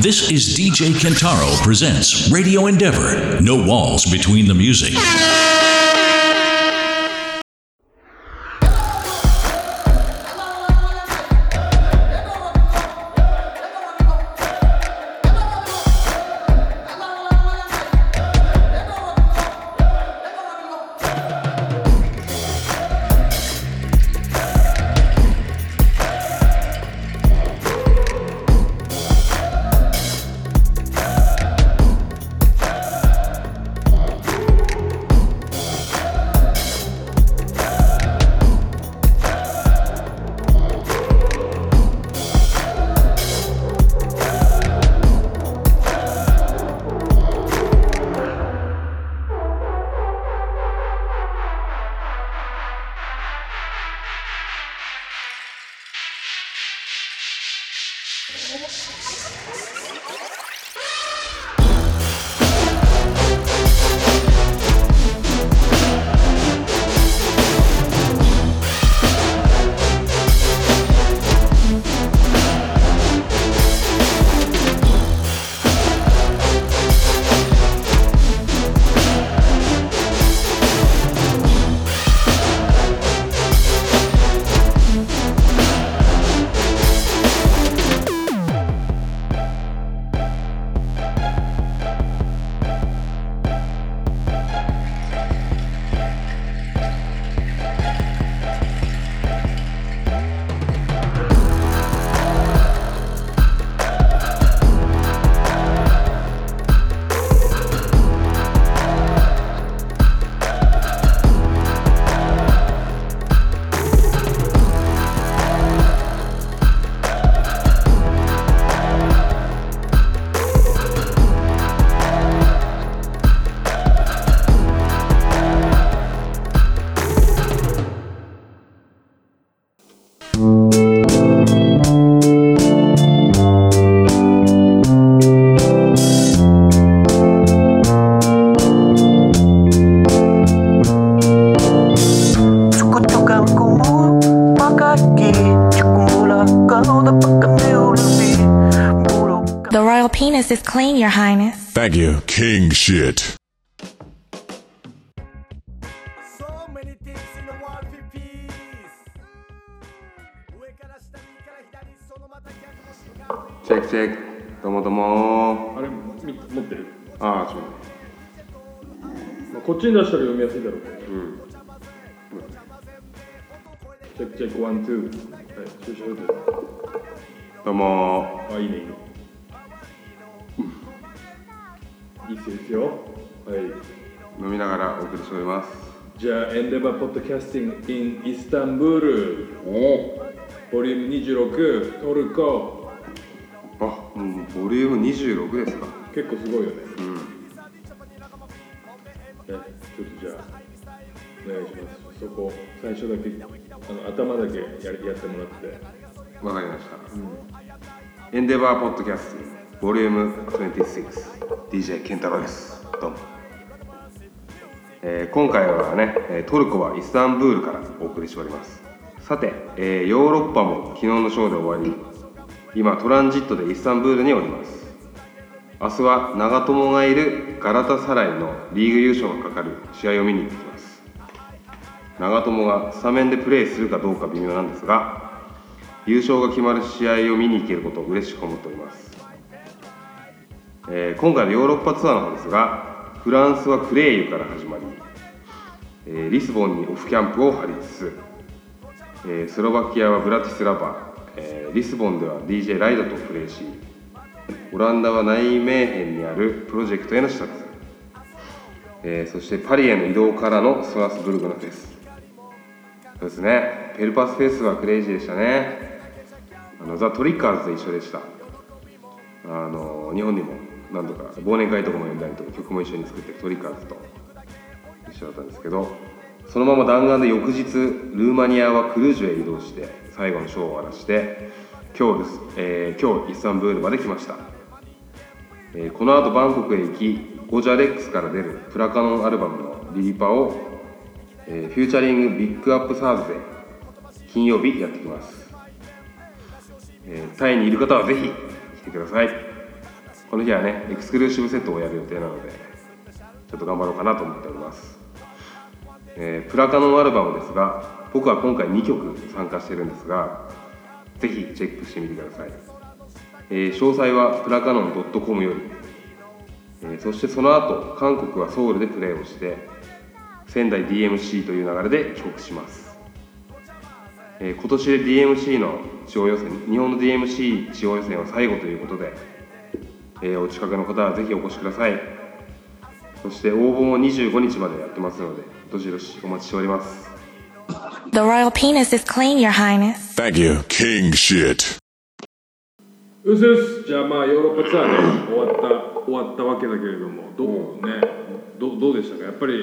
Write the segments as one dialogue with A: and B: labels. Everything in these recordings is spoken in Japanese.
A: This is DJ Kentaro presents Radio Endeavor. No walls between the music.
B: ちょこちょかんこもばかきちょこらかおだばかめおるびボロか
C: The royal penis is clean, Your Highness.
D: Thank you. King shit.
E: So many things in the world for peace 上から下右から左そのまた逆の瞬間
F: チェックチェックどうもどうも
G: あれみ持ってる、
F: ああそう
G: まあ、こっちに出したら読みやすいだろうねチェックチェックワンツーはい注射打
F: どうも
G: てあいいねいいねいいっすよいいっすよはい
F: 飲みながらお送りしております
G: じゃあエンデバーポッドキャスティング in イスタンブールボリューム26トルコ
F: あもうボリューム26ですか
G: 結構すごいよねうんちょっとじゃあお願いしますそこ最初だけあの頭だけやりやってもらって
F: わかりました、エンデバーポッドキャスティングボリューム 26DJ 健太郎ですどうも、えー今回はねえートルコはイスタンブールからお送りしておりますさて、えーヨーロッパも昨日のショーで終わり今トランジットでイスタンブールにおります明日は長友がいるガラタサライのリーグ優勝がかかる試合を見に行ってきます長友がスタメンでプレーするかどうか微妙なんですが優勝が決まる試合を見に行けることを嬉しく思っております、えー今回のヨーロッパツアーの方ですがフランスはクレイユから始まり、えーリスボンにオフキャンプを張りつつ、えースロバキアはブラティスラバ、えーリスボンでは DJ ライドとプレーしオランダはナイメーヘンにあるプロジェクトへの視察、えーそしてパリへの移動からのストラスブルグのフェスそうですねペルパスフェスはクレイジーでしたねあのザ・トリッカーズと一緒でしたあの日本にも何度か忘年会とかも呼んだりとか曲も一緒に作ってるトリッカーズと一緒だったんですけどそのまま弾丸で翌日ルーマニアはクルージュへ移動して最後のショーを終わらして今日です、えー今日イスタンブールまで来ました、えーこの後バンコクへ行きゴジャレックスから出るプラカノンアルバムのリリパを、えーフューチャリングビッグアップサーズで金曜日やってきますえータイにいる方はぜひ来てくださいこの日はねエクスクルーシブセットをやる予定なのでちょっと頑張ろうかなと思っております、えープラカノンアルバムですが僕は今回2曲参加してるんですがぜひチェックしてみてください、えー詳細はプラカノン .com より、えーそしてその後韓国はソウルでプレーをして仙台 DMC という流れで帰国しますえー今年で DMC の地方予選日本の DMC 地方予選は最後ということで、えーお近くの方はぜひお越しくださいそして応募も25日までやってますのでどしどしお待ちしております
C: The royal penis is clean, Your Highness.
D: Thank you. King shit.
G: うすうすじゃあまあヨーロッパツアーね終わった終わったわけだけれどもどうねどどうでしたかやっぱり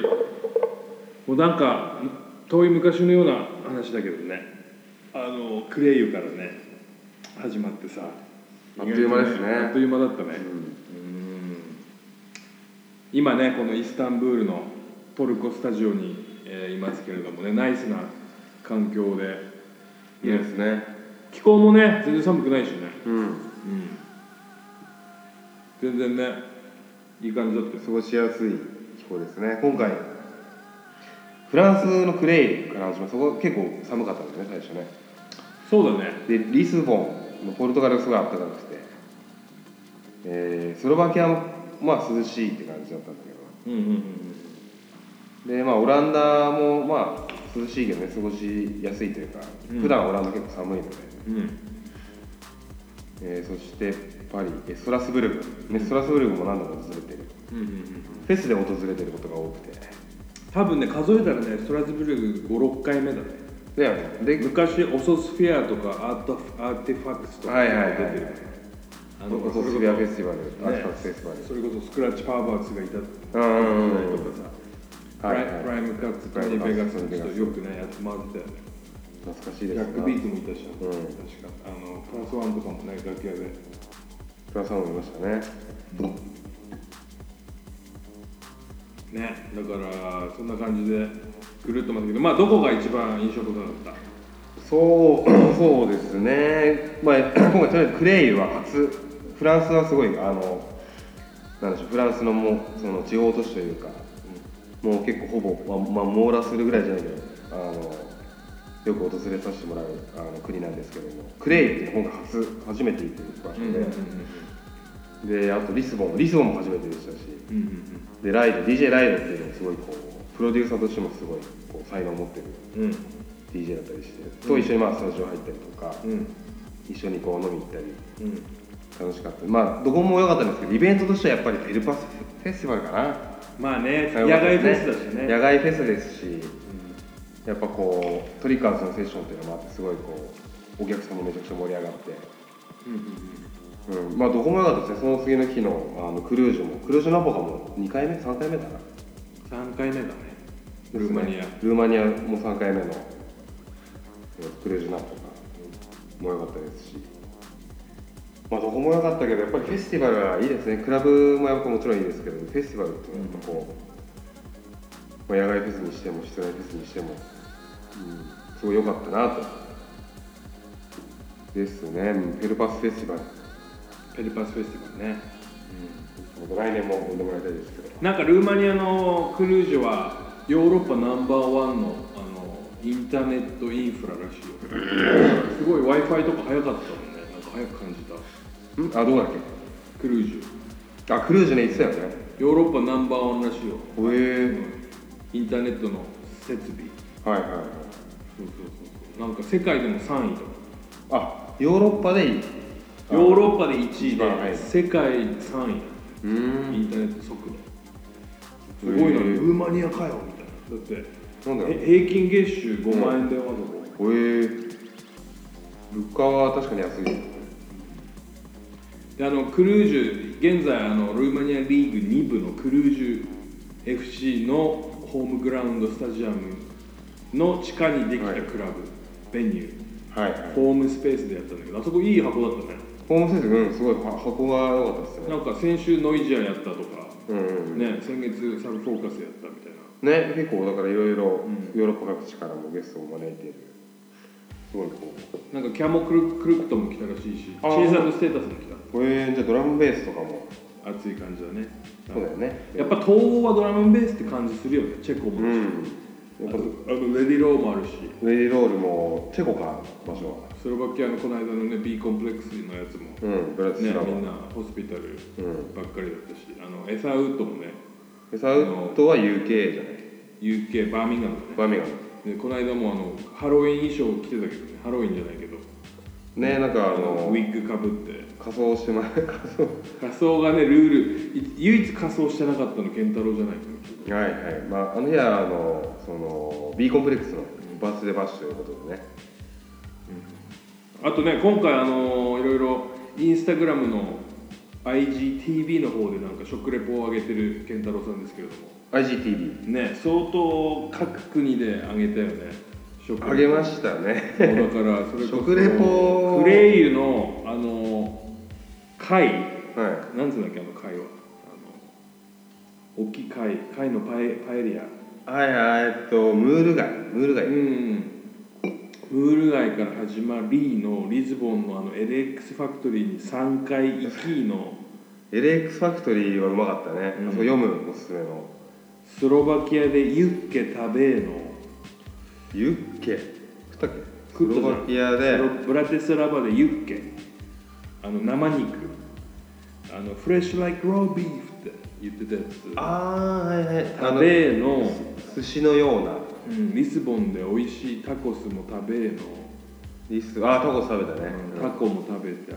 G: もうなんか遠い昔のような話だけどねあのクレイユからね始まってさ
F: あっという間ですね
G: あっという間だったね、うん今ねこのイスタンブールのトルコスタジオに、えーいますけれどもねナイスな環境で
F: いいですね
G: 気候もね全然寒くないしね
F: うん
G: 全然ねいい感じだったよ
F: 過ごしやすい気候ですね今回フランスのクレイから始まるそこ結構寒かったんだよね最初ね
G: そうだね
F: でリスボンのポルトガルがすごい暖かくて、えースロバキアもまあ涼しいって感じだったんだけ
G: うんうんうん
F: どでまあオランダもまあ涼しいけどね過ごしやすいというか、普段オランダ結構寒いので、
G: うん
F: えーそしてパリえーストラスブルグねストラスブルグも何度も訪れてる
G: うんうん
F: フェスで訪れてることが多くて
G: 多分ね数えたらねストラスブルグ56回目だね
F: だよねで
G: 昔オソスフィアとかアートアーティファクツとか
F: はいはいはい
G: 出てるあ
F: オソスフィアフェスティバル、アーティファクツフェスティバル
G: それこそスクラッチパワーバーツがいた時
F: うんうんうん
G: 代とかさプ
F: はい
G: ライ
F: はい
G: プライムカッツと
F: プライムカ
G: ベガ
F: ッ
G: ス
F: ツ
G: とちょっとよくねやって回ってたよね
F: 懐かしいで
G: ジャ
F: す
G: ックビートもいたし、
F: うん
G: 確かあのプラスワンとかもね楽屋で
F: プラさんもいましたね
G: ねだからそんな感じでぐるっとまったけどまあどこが一番印象深かっ
F: そうそうですね、まあ、今回とりあえ ずクレイルは初フランスはすごいあのなんでしょうフランスのもうその地方都市というか、もう結構ほぼ、まあまあ、網羅するぐらいじゃないけどあのよく訪れさせてもらうあの国なんですけどもクレイルって今回初初めて行ってる場所で、であとリスボンリスボンも初めてでしたし、でライド DJ ライドっていうのもすごいこうプロデューサーとしてもすごいこう才能を持ってる。
G: たうん
F: DJ だったりして、と一緒にまあスタジオ入ったりとか、
G: うん
F: 一緒にこう飲み行ったり
G: うん
F: 楽しかったまあどこも良かったんですけどイベントとしてはやっぱりエルパスフェスティバルかな
G: まあね
F: 最
G: 野
F: 後だ
G: 外
F: った
G: フェ
F: です
G: スだしね
F: 野外フェスですし、やっぱこうトリカーズのセッションっていうのもあってすごいこうお客さんもめちゃくちゃ盛り上がって、うんまあどこも良かったですねその次の日のあのクルージュもクルージュナポカも2回目3回目だな
G: 3回目だねルーマニア
F: ルーマニアも3回目のえークレージュナットがも良かったですし、まあ、どこも良かったけどやっぱりフェスティバルはいいですねクラブもやっぱもちろんいいですけどフェスティバルっていうのはやっぱこう、まあ、野外フェスにしても室内フェスにしても、うん、すごい良かったなとですねうんペルパスフェスティバル
G: ペルパスフェスティバルね
F: また来年も呼んでもらいたいですけど
G: なんかルーマニアのクルージュはヨーロッパナンバーワンのあのインターネットインフラらしい よすごい w i f i とか早かったもんねなんか早く感じた
F: んあどうだっ
G: クルージュ
F: けあクルージュね言ってたよね
G: ヨーロッパナンバーワンらしいよ
F: へえ
G: インターネットの設備
F: はいはいはい
G: そうそうそうなんか世界でも3位とか
F: あヨーロッパでいい
G: ヨーロッパで1
F: 一番早
G: 位
F: い
G: で世界3位
F: うーん
G: インターネット速度すごいな
F: へー
G: ルーマニアかよみたいなだって
F: なんだろう
G: え平均月収5万円だよわざわ
F: え
G: ざ
F: ー、物価は確かに安いです
G: であのクルージュ現在あのルーマニアリーグ2部のクルージュ FC のホームグラウンドスタジアムの地下にできたクラブ、ベニュー
F: はいはい
G: ホームスペースでやったんだけどあそこいい箱だったね
F: ホームセンスうんすごいは箱が良かったですね
G: なんか先週ノイジアやったとか、
F: うんうん
G: ね、先月サブフォーカスやったみたいな
F: ね結構だからいろいろヨーロッパ各地からもゲストを招いているすごいこう
G: なんかキャモクルクルクトも来たらしいしチ
F: あー
G: ーズステータスも来
F: これじゃあドラムベースとかも
G: た熱い感じだね
F: そうだよね
G: やっぱ東欧はドラムベースって感じするよねチェコ
F: う
G: も、
F: んやっ
G: あ
F: ぱ
G: とあのレディローもあるし
F: ウェイロールもチェコか場所は
G: スロバキアのこの間のね B コンプレックスのやつも
F: うんブラ
G: ね、
F: チスラバ、
G: みんなホスピタル
F: うん
G: ばっかりだったし、あのエサウッドもね
F: でサウッドは UK じゃない
G: UK バーミンガムだね
F: バーミンガム
G: でこの間もあのハロウィン衣装着てたけどねハロウィンじゃないけど
F: ねなんかあ
G: あの
F: の
G: ウィッグかぶって
F: 仮装してま 仮装
G: 仮装がねルールい唯一仮装してなかったの健太郎じゃないかな
F: はいはいまああの日はあのその B コンプレックスのバースデーバッシュということでね
G: あとね今回あのーいろいろインスタグラムの IGTV の方でなんか食レポを上げてる健太郎さんですけれども
F: IGTV
G: ね相当各国で上げたよね食
F: あげましたね
G: もうだからそれこそ
F: 食レポ
G: クレイユのあの貝
F: は
G: なんつうんだっけあの貝はあの大きい貝貝のパエパエリア
F: いはいはいえっとムール貝ムール貝
G: うんムール貝から始まりのリズボンのあの LX ファクトリーに3回行きの
F: LX ファクトリーはうまかったね、
G: うん
F: あそこ読むおすすめの
G: スロバキアでユッケ食べーの
F: ユッケ食ったっけ
G: 食っ
F: ス
G: たじゃん
F: ロバキアで
G: スロブラテスラバでユッケあの生肉あのフレッシュライクロービーフって言ってたやつ
F: ああーはいはいあ
G: 食
F: の
G: べーの、
F: 寿司のような
G: うんリスボンで美味しいタコスも食べーの、
F: リスあータコス食べたね、
G: タコも食べたり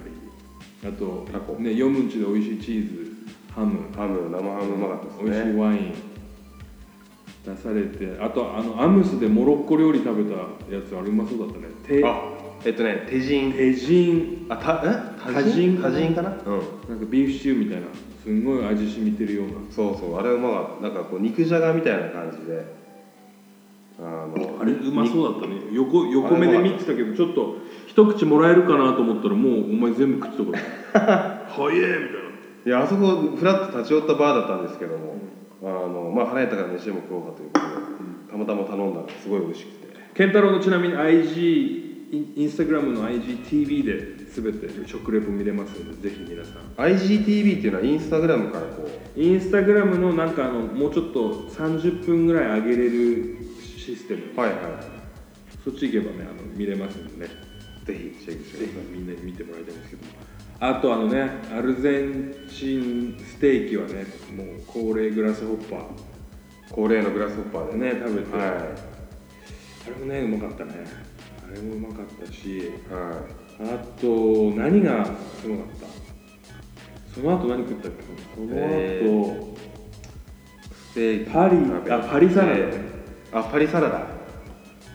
G: あと
F: タコ
G: ねヨムンチで美味しいチーズハム
F: ハム生ハムうまかった
G: 美
F: で
G: 味
F: す
G: しい
F: ね
G: ワイン出されてあとあのアムスでモロッコ料理食べたやつあれうまそうだったね手
F: あえっとね手人
G: 手人
F: あたえ
G: 多人
F: 多人かなうん
G: なんかビーフシチューみたいなすんごい味染みてるような
F: そうそうあれうまかったなんかこう肉じゃがみたいな感じであの
G: あれうまそうだったね横横目で見てたけどちょっと一口もらえるかなと思ったらもうお前全部食ってたから「早え!」みたい
F: いやあそこフラッと立ち寄ったバーだったんですけども、あのまあ腹減ったから飯でも食おうかということで、たまたま頼んだらすごい美味しくて
G: な健太郎のちなみに IG インインスタグラムの IGTV で全て食レポ見れますのでぜひ皆さん
F: IGTV っていうのはインスタグラムからこう
G: インスタグラムのなんかあのもうちょっと30分ぐらい上げれるシステム、
F: はいは
G: そっち行けばねあの見れますんでね
F: いぜひチェックして
G: ぜ
F: く
G: ひ
F: ださ
G: みんなに見てもらいたいんですけどあとあのねアルゼンチンステーキはねもう高齢グラスホッパ
F: い恒例のグラスホッパー
G: ー
F: で
G: ね
F: ね
G: 食べて、
F: は
G: あれもねうまかったねあれもうまかったし
F: いは
G: あと何がすごかったその後何食ったっけその後、
F: えいステーキ
G: パリ
F: 食べて
G: あパリサラダね
F: あパリサラダ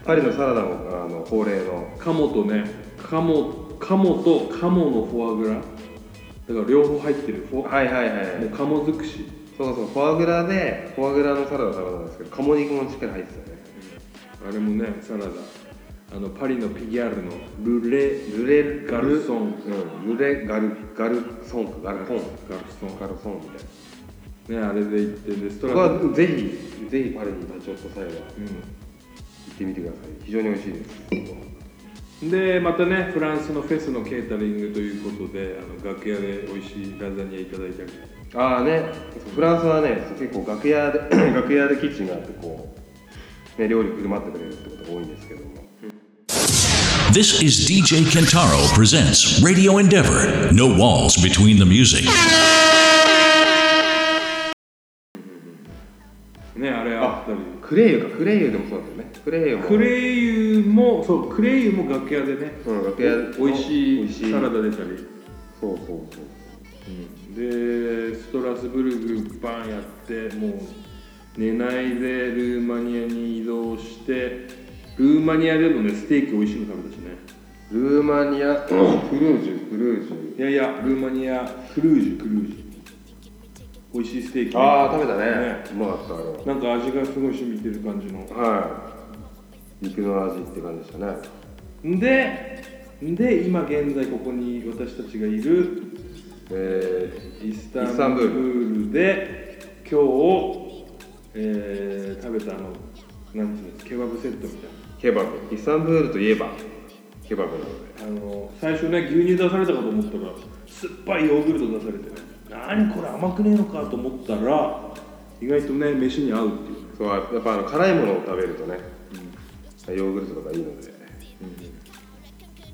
F: パリのサラダもあの恒例の
G: 鴨とね鴨鴨と鴨のフォアグラだから両方入ってるフォ、
F: はいはいはい
G: もう鴨尽くし
F: そうそうフォアグラでフォアグラのサラダ食べたんですけど鴨肉もしっかり入ってたね
G: あれもねサラダあのパリのピギャールのルレ
F: ルレ
G: ガルソン
F: うん、ルレガルガルソンかガルコン
G: ガルソン
F: ガルソンみたいな
G: ねあれで行ってでスト
F: そこ
G: ラダ、う
F: はぜひぜひパリに立ち寄った際は行ってみてください非常に美味しいです
G: ん、でまたねフランスのフェスのケータリングということであの楽屋で美味しいラザニアいただいたり
F: ああねフランスはね結構楽屋で 楽屋でキッチンがあってこう、ね、料理振る舞ってくれるってことが多いんですけども
A: This is DJ Kentaro presents Radio Endeavor. No walls between the music.
G: ねあれあったり
F: クレイユかクレイユでもそうだったよねクレイユも
G: クレイユもそうクレイユも楽屋でね、
F: うん楽屋で
G: お美味し
F: 美
G: い
F: 味しい
G: サラダ出たり
F: そうそうそう
G: でストラスブルグバンやってもう寝ないでルーマニアに移動してルーマニアでもねステーキ美味しいの食べたしね
F: ルーマニア クルージュクルージュ
G: いやいやルーマニアクルージュクルージュ美味しいステーキね
F: ああ食べたねうまかったあれは
G: なんか味がすごい染みてる感じの
F: はい肉の味って感じでしたね
G: でで今現在ここに私たちがいる
F: え
G: イスタンブール
F: イスタンブ
G: で今日、えー食べたあのなんていうんですケバブセットみたいな
F: ー、ケバブイスタンブールといえばケバブなので
G: あの最初ね牛乳出されたかと思ったら酸っぱいヨーグルト出されてね何これ甘くねえのかと思ったら意外とね飯に合うっていうね
F: そうやっぱあの辛いものを食べるとね、ヨーグルトとかいいので、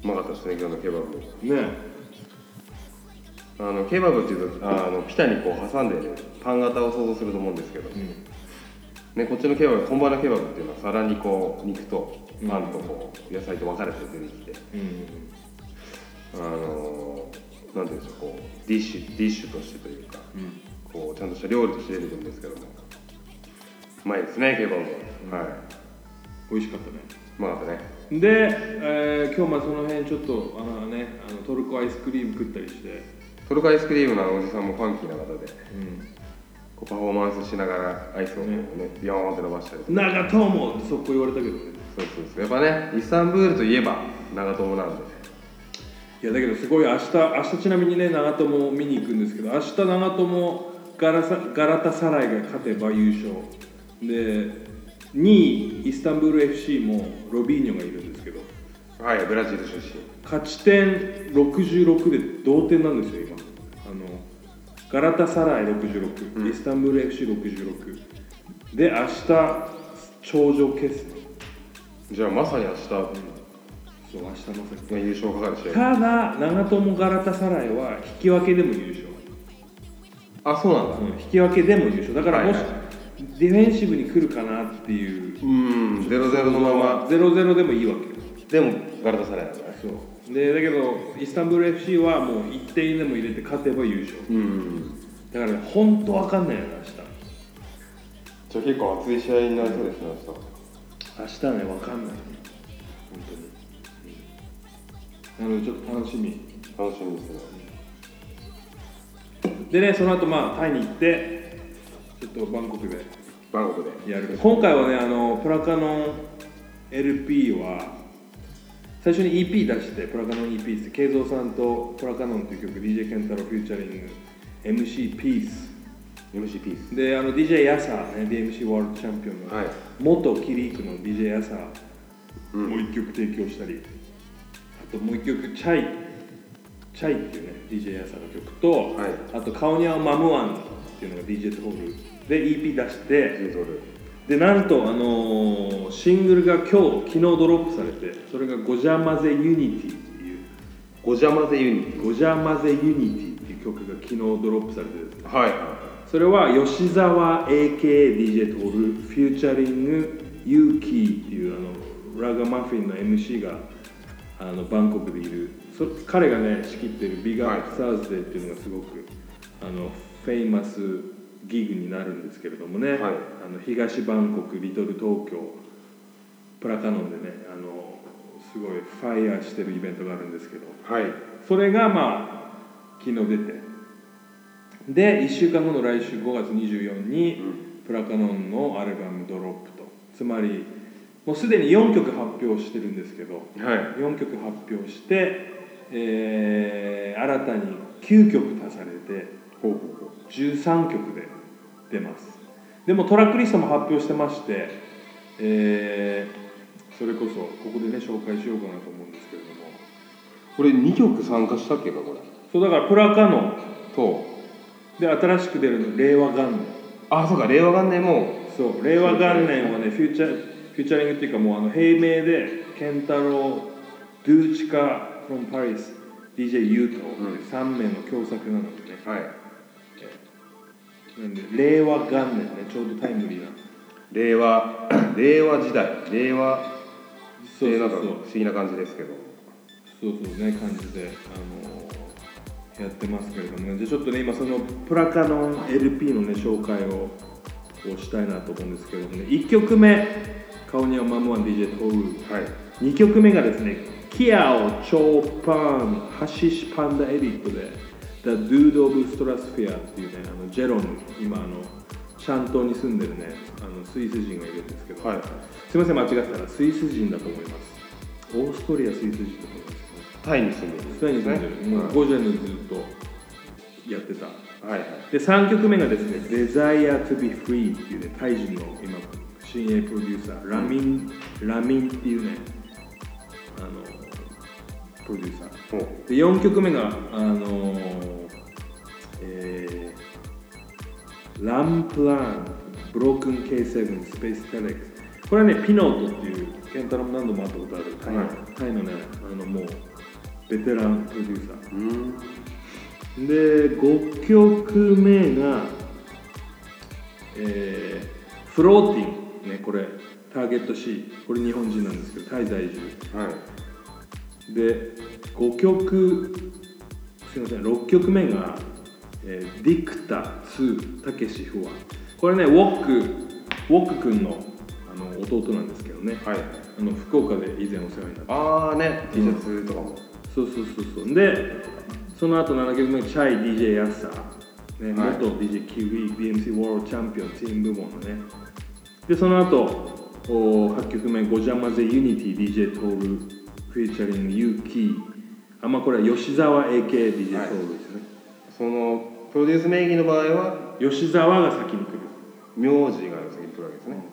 F: うまかったですね今日のケバブ
G: ね
F: あのケバブっていうとあのピタにこう挟んでねパン型を想像すると思うんですけど、ね、こっちのケバブ本場のケバブっていうのは皿にこう肉とパンとこう野菜と分かれて出てきて、あのーなんていうんでしょうこうディッシュディッシュとしてというか、こうちゃんとした料理として出てくるんですけどもうまいですねケバブは、はい
G: 美味しかったね
F: うまかったね
G: で、えー今日まあその辺ちょっとあのねあのトルコアイスクリーム食ったりして
F: トルコアイスクリームのあのおじさんもファンキーな方で、こうパフォーマンスしながらアイスをこうねビヨーンって伸ばしたりと
G: 「
F: か
G: 長友!」って速攻言われたけどね
F: そうそうそうやっぱねイスタンブールといえば長友なんで
G: いやだけどすごい明日明日ちなみにね長友を見に行くんですけど明日長友ガラサガラタサライが勝てば優勝で2位イスタンブール FC もロビーニョがいるんですけど
F: はいブラジル出身
G: 勝ち点66で同点なんですよ今あのガラタサライ66、イスタンブール FC66 で明日頂上決戦
F: じゃあまさに明日、
G: そう明日まさに
F: ね優勝かかる試合
G: ただ長友ガラタサライは引き分けでも優勝
F: あそうなんだ
G: うん引き分けでも優勝だからもし、
F: はいはい
G: ディフェンシブに来るかなっていう
F: うん0ゼロゼロのまま
G: 0-0でもいいわけよ
F: でもガラタサライだね
G: そうでだけどイスタンブール FC はもう1点でも入れて勝てば優勝
F: うん
G: だからね本当わかんないよね
F: じゃあ結構熱い試合になりそうですね明日
G: 明日明日ねわかんない本当に、うんなのでちょっと楽しみ
F: 楽しみですね
G: でねその後まあタイに行ってちょっとバンコクで
F: バンコクで
G: やる今回はねあのプラカノン LP は最初に EP 出してプラカノン EP って慶三さんとプラカノンという曲 DJ ケンタロウフューチャリング MC ピース
F: MC ピース
G: であの DJ ヤサー、ね、DMC ワールドチャンピオンの、
F: はい
G: 元キリークの DJ ヤサー、もう1曲提供したりあともう1曲チャイチャイっていうね DJ ヤサーの曲と、
F: はい
G: あとカオニャオマムワンっていうのが DJ トールで EP 出して、
F: ジートル
G: でなんと、あのーシングルが今日昨日ドロップされてそれが「ゴジャマゼユニティ」っていう
F: ゴジャマゼユニテ
G: 「ゴジャマゼユニティ」っていう曲が昨日ドロップされてですね
F: ィはい
G: それは吉沢 AKDJ トールフューチャリングユーキーっていうあのラガマフィンの MC があのバンコクでいるそ彼がね仕切ってるビガーサーズデーっていうのがすごくあのフェイマスギグになるんですけれどもね、
F: はい
G: あの東バンコクリトル東京プラカノンでねあのすごいファイヤーしてるイベントがあるんですけど
F: はい
G: それがまあ昨日出てで1週間後の来週5月24に、プラカノンのアルバム「ドロップとつまりもうすでに4曲発表してるんですけど
F: はいはい
G: 4曲発表して、えー新たに9曲足されて
F: ほうほうほう
G: 13曲で出ますでもトラックリストも発表してまして、えーそれこそここでね紹介しようかなと思うんですけれども
F: これ2曲参加したっけかこれ
G: そうだからプラカノン
F: と
G: で新しく出るの令和元年
F: あそうか令和元年も
G: そう令和元年はねフューチャフューチャリングっていうかもうあの平名で健太郎ドゥーチカ from パリス DJ ユート
F: うん
G: 3名の共作なのでね、
F: はい
G: なんで令和元年ねちょうどタイムリーな
F: 令和 令和時代令和って
G: そう
F: な
G: そ
F: んか
G: うそ
F: 不
G: う
F: 思議な感じですけど
G: そうそうね感じであのーやってますけれどもねじゃあちょっとね今そのプラカノン LP のね紹介ををしたいなと思うんですけれどもね1曲目「顔にはマムワン DJ トウー」
F: はい
G: 2曲目がですね「キアオ・チョーパン・ハシシ・パンダ・エディット」で「The Dude of Stratosphere」っていうねあのジェロム今あのシャン島に住んでるねあのスイス人がいるんですけど、
F: はい
G: すいません間違ってたらスイス人だと思いますオーストリアスイス人だと思います
F: タイに住んでるん
G: スイに住んでる、もうゴジャにずっとやってた
F: はいはい
G: で3曲目がですね「Desire to be free」っていうねタイ人の今新鋭プロデューサーラミン、ラミンっていうねあのプロデューサー
F: ほう
G: で4曲目があのーえーランプランブロークン K7 スペーステレックスこれはねピノートっていうケンタロウも何度も会ったことあるタイ,、
F: はい
G: タイのねあのもうベテランプロデューサー
F: うん
G: で5曲目が、えーフローティングねこれターゲット C これ日本人なんですけどタイ在住
F: はい
G: で5曲すいません6曲目が「えーディクタ2たけしふわ」これねウォックウォック君のあの弟なんですけどね、
F: はい
G: あの福岡で以前お世話になった
F: ああね T シャツとかも
G: そうそうそうそうでその後7曲目「チャイ DJ ヤッサー」ね、
F: はい
G: 元 DJ キウイ BMC ワールドチャンピオンチーム部門のねでその後お8曲目「ゴジャマゼユニティ DJ トール」フィーチャリングユーキーあまあこれは吉沢 AKDJ トールですね、
F: そのプロデュース名義の場合は
G: 吉沢が先に来る
F: 名字が先に来るわけですね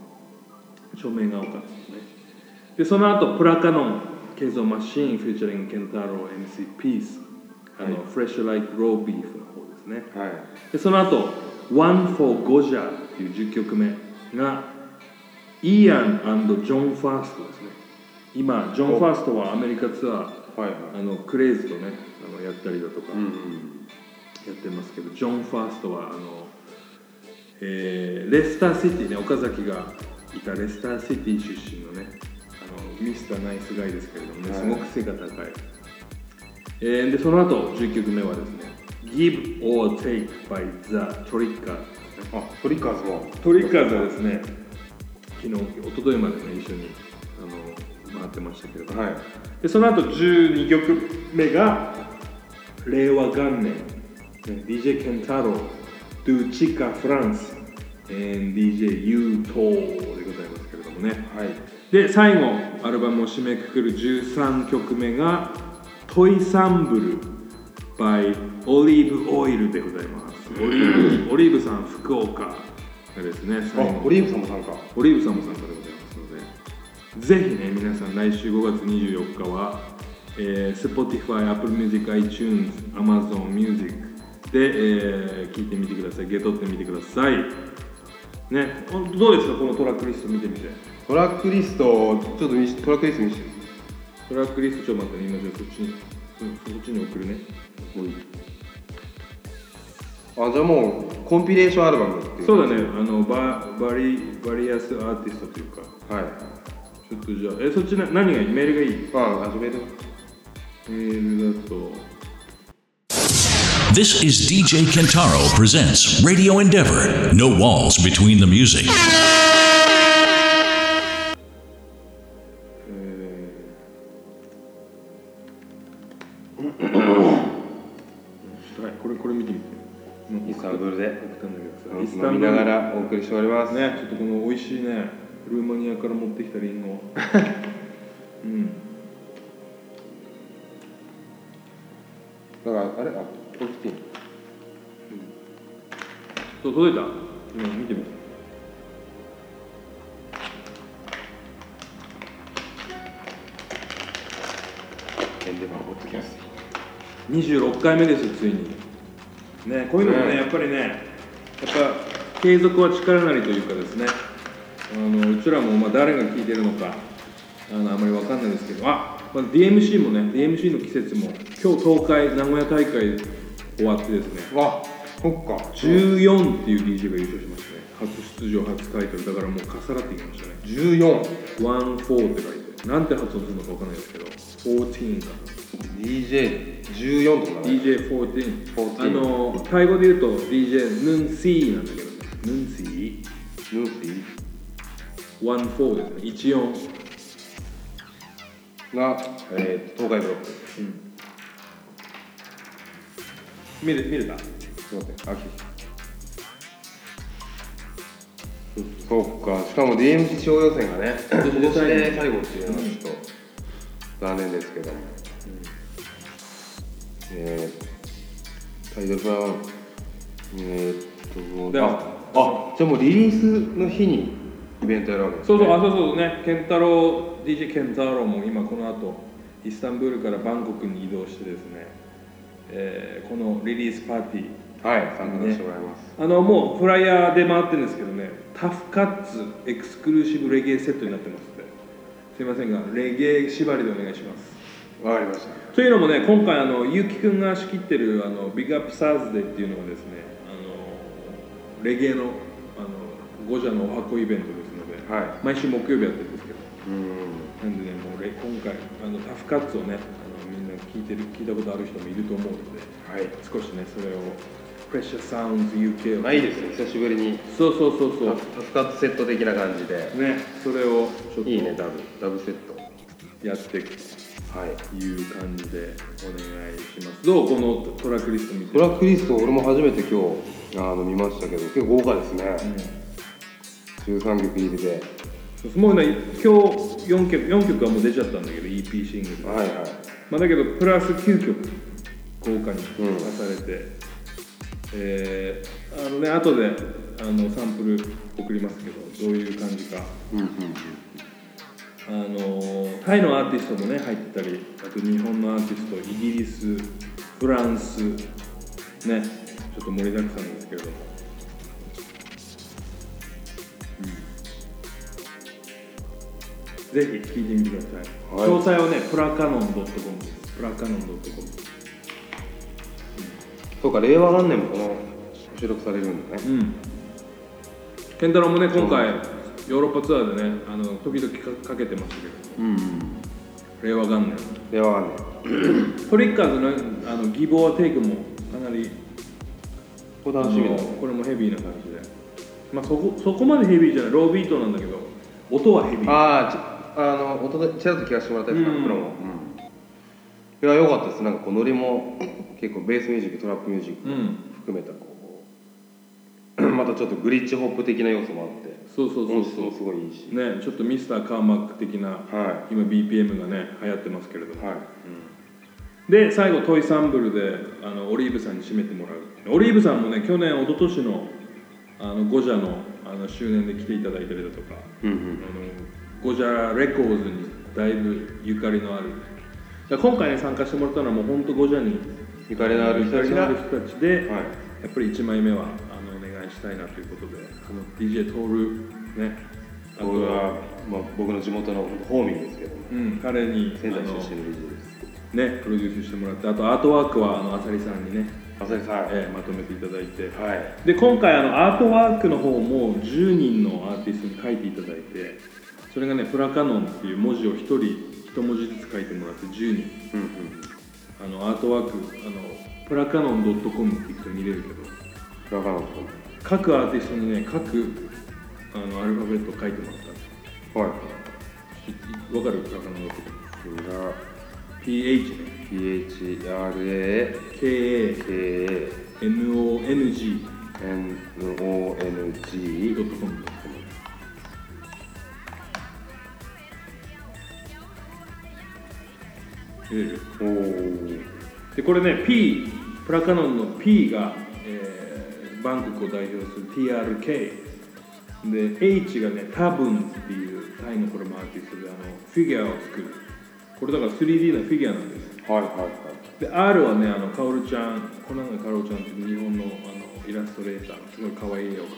G: 署名が多かったですねでその後プラカノンケイゾーマシーンフィーチャリングケンタロウ MC ピースあの、フレッシュライクロービーフの方ですね
F: はい
G: でその後 One for Goja っていう10曲目がイアンジョン・ファーストですね今ジョン・ファーストはアメリカツアー、
F: はいはい
G: あのクレイズとねあのやったりだとか
F: うんう
G: や
F: ん
G: ってますけど、ジョン・ファーストはあの、えーレスターシティね岡崎がいたレスターシティ出身のねあのミスターナイスガイですけれどもね、
F: はい
G: すごく背が高い、えーでその後10曲目はですね Give or Take by the Tricker
F: あトリッカーズも
G: トリッカーズはですね昨日一昨日までね一緒にあの回ってましたけれども、
F: はい
G: でその後12曲目が令和元年ね DJ ケンタロウ Do Chica France and DJ U トでございますけれどもね
F: はい
G: で最後アルバムを締めくくる13曲目が「トイサンブル by オリーブオイル」でございますオリー ブオリーブさん福岡がですね最
F: あ
G: 後
F: オリーブさんも参加
G: オリーブさんも参加でございますのでぜひね皆さん来週5月24日は、えー、Spotify、Apple Music、iTunes、Amazon Music で、えー聞いてみてください受け取ってみてくださいねほんどうですかこのトラックリスト見てみて
F: トラックリストをちょっと見しトラックリスト見して
G: トラックリストちょっと待ってね今じゃあそっちにうんそっちに送るね
F: あじゃあもうコンピレーションアルバムっていう
G: そうだねあのババリバリアスアーティストというか
F: はい
G: ちょっとじゃあえそっちな何がいいメールがいい
F: まあ始める
G: メールだと
A: This is DJ Kentaro presents Radio Endeavor. No walls between the music.
G: はいこれこれ見てみて
F: イスタンブールで
G: 送ったんだけどさ
F: イスタン見なが
G: ね
F: らお送りしております、
G: ちょっとこの美味しいねルーマニアから持ってきたリンゴうん
F: だからあれあこれ切っていいの
G: そう届いた今見てみて
F: エンデバーポッドキャスト
G: 26回目ですよついにねこういうのもね、
F: ね
G: やっぱりねやっぱ継続は力なりというかですねあのうちらもまあ誰が聞いてるのかあのあまりわかんないですけどあ、まあ、DMC もね DMC の季節も今日東海名古屋大会終わってですね
F: あそっか
G: 14っていう DJ が優勝しましたね初出場初タイトルだからもう重なってきましたね
F: 14
G: 14って書いてなんて発音するのかわかんないですけど14が
F: DJ14 とかだね
G: DJ14
F: 14
G: あのタイ語で言うと DJ ヌンシーなんだけどねヌンシ
F: ヌ
G: ー
F: ースィ
G: 14ですね14
F: ーが、えー、東海ブロック
G: 見れ見れた
F: すいません秋そっかしかも DMC 小予選がね今年で最後っていうのはちょっと残念ですけども、えー、タイトルはえー、っ
G: で
F: とああじゃあもうリリースの日にイベントやるわけです
G: そうそうあ
F: あ
G: そうそうねケンタロウ DJ ケンタロウも今この後イスタンブールからバンコクに移動してですね、えーこのリリースパーティー
F: はい参加させてもらいます、
G: あのもうフライヤーで回ってるんですけどねタフカッツエクスクルーシブレゲエセットになってますってすいませんがレゲエ縛りでお願いします
F: わかりました
G: というのもね今回あのゆうきくんが仕切ってるあのビッグアップサーズデーっていうのがですねあのレゲエのあのゴジャのお箱イベントですので、
F: はい
G: 毎週木曜日やってるんですけど
F: うん
G: なんでねもうレ今回あのタフカッツをねあのみんな聞いてる聞いたことある人もいると思うので
F: はい
G: 少しねそれをプレッシャーサウンズ UK を、
F: まあいいですね久しぶりに
G: そうそうそう
F: タ
G: そ
F: タフカットセット的な感じで
G: うねそれをちょっ
F: いいね
G: と
F: ダブダブセット
G: やっていく
F: はい
G: いう感じでお願いしますどうこのトラックリスト見て
F: ブラックリスト俺も初めて今日あの見ましたけど結構豪華ですね、13曲入りで
G: すごいな今日4曲4曲はもう出ちゃったんだけど EP シングル、
F: はいはい
G: まあ、だけどプラス9曲豪華に
F: うん
G: 出されて、えーあのね後であのサンプル送りますけどどういう感じか、あのータイのアーティストもね入ってたりあと日本のアーティストイギリスフランスねちょっと盛りだくさんですけれども、ぜひ聴いてみてください、
F: はい
G: 詳細はねプラカノン .com ですプラカノン .com
F: そうか令和元年もこの収録されるんだね、
G: うん健太郎もね今回ヨーロッパツアーでねあの時々かかけてましたけど、令和元年
F: 令和元
G: トリッカーズのあのギボアテイクもかなり
F: 年これ楽しみだ
G: あのこれもヘビーな感じで、まあ、そこそこまでヘビーじゃないロービートなんだけど音はヘビー
F: ああちあの音でちらっと聞かせてもらったやつか、
G: うん
F: プロも、うん、いや良かったですなんかこうノリも結構ベースミュージックトラップミュージック
G: うん
F: 含めたこう またちょっとグリッチホップ的な要素もあって
G: そうそうそう
F: 音質
G: そ
F: もすごいいいし
G: うねちょっとミスターカーマック的な
F: は
G: 今 BPM がね流行ってますけれど
F: い
G: も、
F: はい
G: で最後トイサンブルであのオリーブさんに締めてもらうオリーブさんもね去年一昨年のあのゴジャのあの周年で来ていただいたりだとか、
F: うんう
G: あの
F: ん
G: ゴジャレコーズにだいぶゆかりのあるだから今回ね参加してもらったのはもう本当ゴジャに
F: ゆかりのある人たちが
G: ゆかりのある人たちで、
F: はい
G: やっぱり1枚目はあのお願いしたいなということであの DJ トールねあ
F: 僕
G: と
F: は
G: は、、
F: まあ、僕の地元のホーミーですけど
G: うん、彼に
F: 仙台
G: あ
F: 出
G: の
F: 身の DJ です
G: ねプロデュースしてもらってあとアートワークはあのあさりさんにね
F: 浅井さん
G: えーまとめていただいて
F: はい
G: で今回あのアートワークの方も10人のアーティストに書いていただいてそれがねプラカノンっていう文字を1人1文字ずつ書いてもらって10人
F: うんうん
G: あのアートワークあのプラカノン .com っていくと見れるけど
F: 中野
G: 各アーティストにね各あのアルファベット書いてもらった
F: 君はい
G: いわかるプラカノン .com
F: これが
G: PH ね
F: PHRA KNONG
G: KANONG.com 見れる
F: おー
G: でこれね P プラカノンの P が、えーバンコクを代表する TRK で H がねタブンっていうタイのこれもアーティストであのフィギュアを作るこれだから 3D のフィギュアなんです
F: はいはいはい
G: で R はねあのカオルちゃんこの中カオルちゃんっていう日本のあのイラストレーターのすごい可愛い絵を描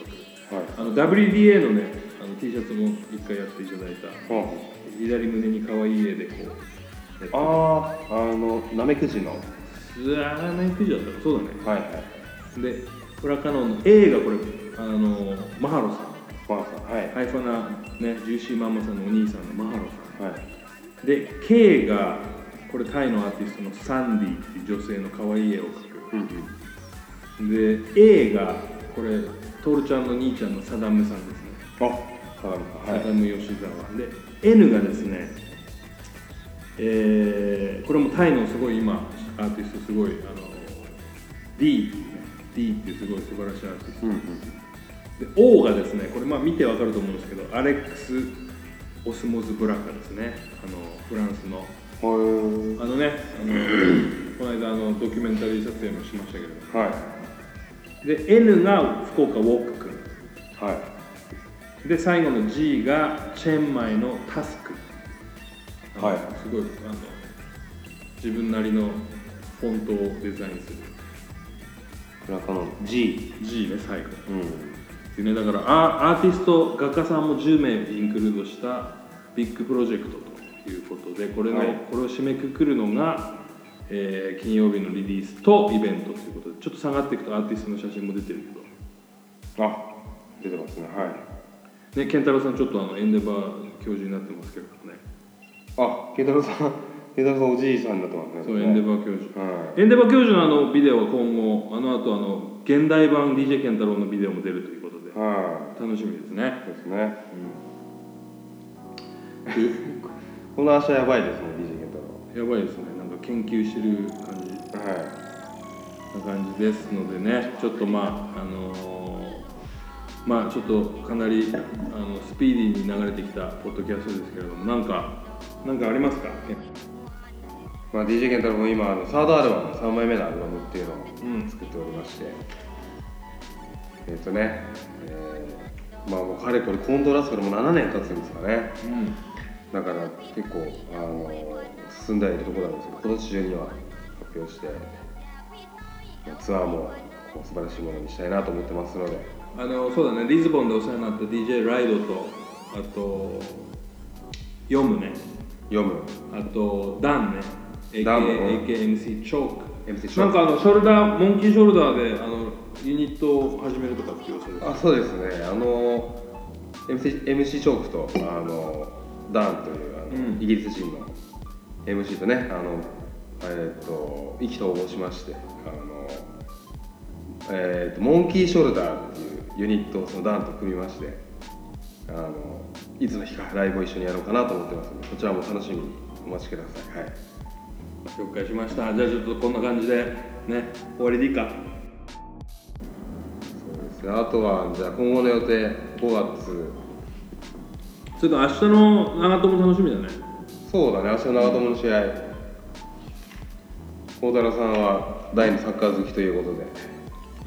G: く
F: はい
G: あの WDA のねあの T シャツも一回やっていただいた
F: うん
G: 左胸に可愛い絵でこう
F: あ
G: あ
F: ああのなめくじのはい
G: ずらーないくじだったらそうだね
F: はい
G: でプラカノンの A がこれあのマハロさん
F: マナさんはい
G: ハイファな、ね、ジューシーママさんのお兄さんのマハロさ
F: はい
G: んで K がこれタイのアーティストのサンディっていう女性の可愛い絵を描く
F: うん
G: で A がこれトールちゃんの兄ちゃんのサダムさんですね、
F: あ相模さん
G: サ
F: は
G: ダム吉沢で N がですねえーこれもタイのすごい今アーティストすごいあの D っていうね D っていうすごい素晴らしいアーティスト、で O がですねこれまあ見てわかると思うんですけどアレックス・オスモズ・ブラカですねあのフランスの
F: いは
G: あのね あのこの間あのドキュメンタリー撮影もしましたけれども
F: いはい
G: で N が福岡ウォーク君
F: はい
G: で最後の G がチェンマイのタスク
F: はい
G: すごいあの自分なりのフォントをデザインする
F: これはこの G
G: G ね最後
F: うん
G: でねだからアーアーティスト画家さんも10名インクルードしたビッグプロジェクトということでこれの、
F: はい
G: これを締めくくるのが、えー金曜日のリリースとイベントということでちょっと下がっていくとアーティストの写真も出てるけど
F: あ出てますねはい
G: ね、健太郎さんちょっとあのエンデバー教授になってますけどね
F: あ、ケイタロウさん、ケイタロウさんおじいさんだと思います
G: そう
F: ね。
G: エンデバー教授、
F: は
G: エンデバー教授のあのビデオは今後あの後あの現代版 DJ 健太郎のビデオも出るということ
F: い。
G: で
F: は
G: 楽しみですね
F: い。そうですね。うん、 この足はやばいですね、DJ ケン
G: やばいですねなんか研究してる感じ
F: タロウ。は
G: な感じですのでねちょっとまああのーまあちょっとかなりあのスピーディーに流れてきたポッドキャストですけれどもなんかなんかありますか
F: い。まあ DJ ケンタロウも今あのサードアルバム、三枚目のアルバムっていうの
G: うん
F: を作っておりまして、えっ、とね、えーまあもうかれこれコントラストでもう7年経つんですかね。
G: うん
F: だから結構あの進んだりところなんですけど今年中には発表してまあツアーもこう素晴らしいものにしたいなと思ってますので
G: あのそうだねリズボンでお世話になった DJ ライドとあと読むね
F: 読む
G: あとダンね AK
F: ダンも
G: AKMC チョーク
F: MC チョーク
G: なんかあのショルダーモンキーショルダーであのユニットを始めるとかっていう噂です
F: あそうですねあの MC, MC チョークとあのダーンというあの、
G: うん
F: イギリス人の MC とねあのえーっと意気投合しましてあのえーっとモンキーショルダーっていうユニットをそのダーンと組みましてあのいつの日かライブを一緒にやろうかなと思ってますのでこちらも楽しみにお待ちください、はい、
G: 了解しましたじゃあちょっとこんな感じでね終わりでいいか
F: そうですねあとはじゃあ今後の予定5月
G: ちょっと明日の長友楽しみだね
F: そうだね、明日の長友の試合、孝太郎さんは大のサッカー好きということで、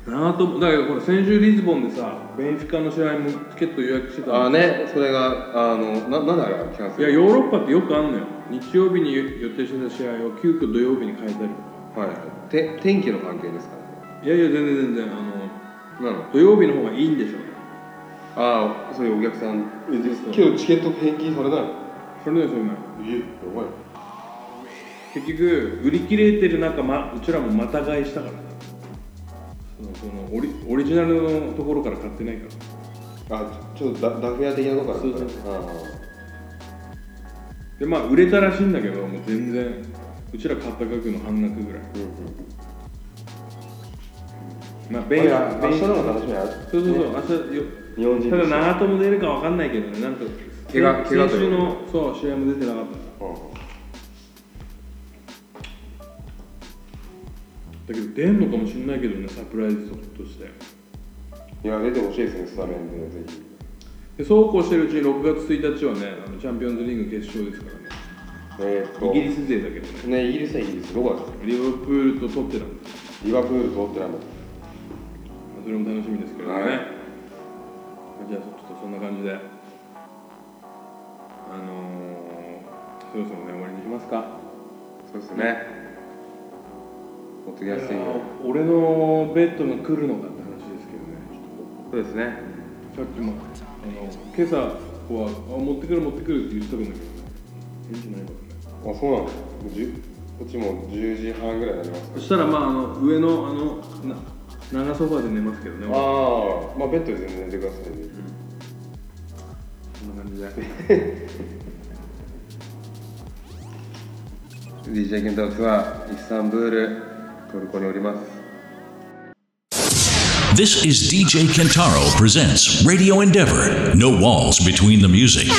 G: 長友だけどこれ先週リズボンでさベンフィカの試合もチケット予約してたの
F: ああね、それが、あのななんであれがキャンセ
G: いや
F: ル
G: ヨーロッパってよくあんのよ日曜日に予定してた試合を急遽土曜日に変えたり
F: はい、て天気の関係ですかね、
G: いやいや全然全然あの
F: なの
G: 土曜日の方がいいんでしょうね
F: ああ、そういうお客さん、
G: 今
F: 今日チケット返金されない
G: それだよそれだよ
F: え、やばい。
G: 結局売り切れてる中、ま、うちらもまた買いしたからねそのそのオリオリジナルのところから買ってないから
F: あちょちょっとダダフ屋的なとこから
G: そうそうでまあ売れたらしいんだけどもう全然うちら買った額の半額ぐらい、まあベン
F: ああ
G: ベ
F: 明
G: ン
F: 日の方が楽しみだ
G: そうそうそう、明日よ
F: 日本人
G: た
F: と
G: だ
F: して
G: 長友出るかわかんないけどね、なんか
F: 怪我
G: 先
F: 怪我と
G: 先
F: い
G: 週
F: うか
G: のそう試合も出てなかった
F: うん
G: だけど出んのかもしれないけどね、サプライズとして
F: いや、出てほしいですね、スタメンで、ぜひ。
G: でそうこうしてるうちに6月1日はね、あのチャンピオンズリーグ決勝ですからね
F: えーっと、
G: イギリス勢だけどね
F: スね、イギリスはイギリス、どこだっ
G: リバプールとトッテナム
F: けリバプールとってなんだ
G: それも楽しみですけどね、
F: はい
G: じゃあちょっとそんな感じであのー、そろそろね終わりにしますか
F: そうですね。ポッドキャスティング。
G: 俺のベッドが来るのかって話ですけどねちょっと
F: そうですね。
G: さっきもあの今朝ここはあ持ってくる持ってくるって言ってたんだけどね返事ないからね
F: あ、そうなんだ。じゅこっちも10時半ぐらいになります。
G: そしたらまああの上のあのな長ソファーで寝ますけどね
F: ああ、まあベッドで全然寝てくださいね。
G: こんな感じで
F: DJ ケンタロウツアー、イスタンブール、トルコにおります。
A: This is DJ Kentaro presents Radio Endeavor. No walls between the music.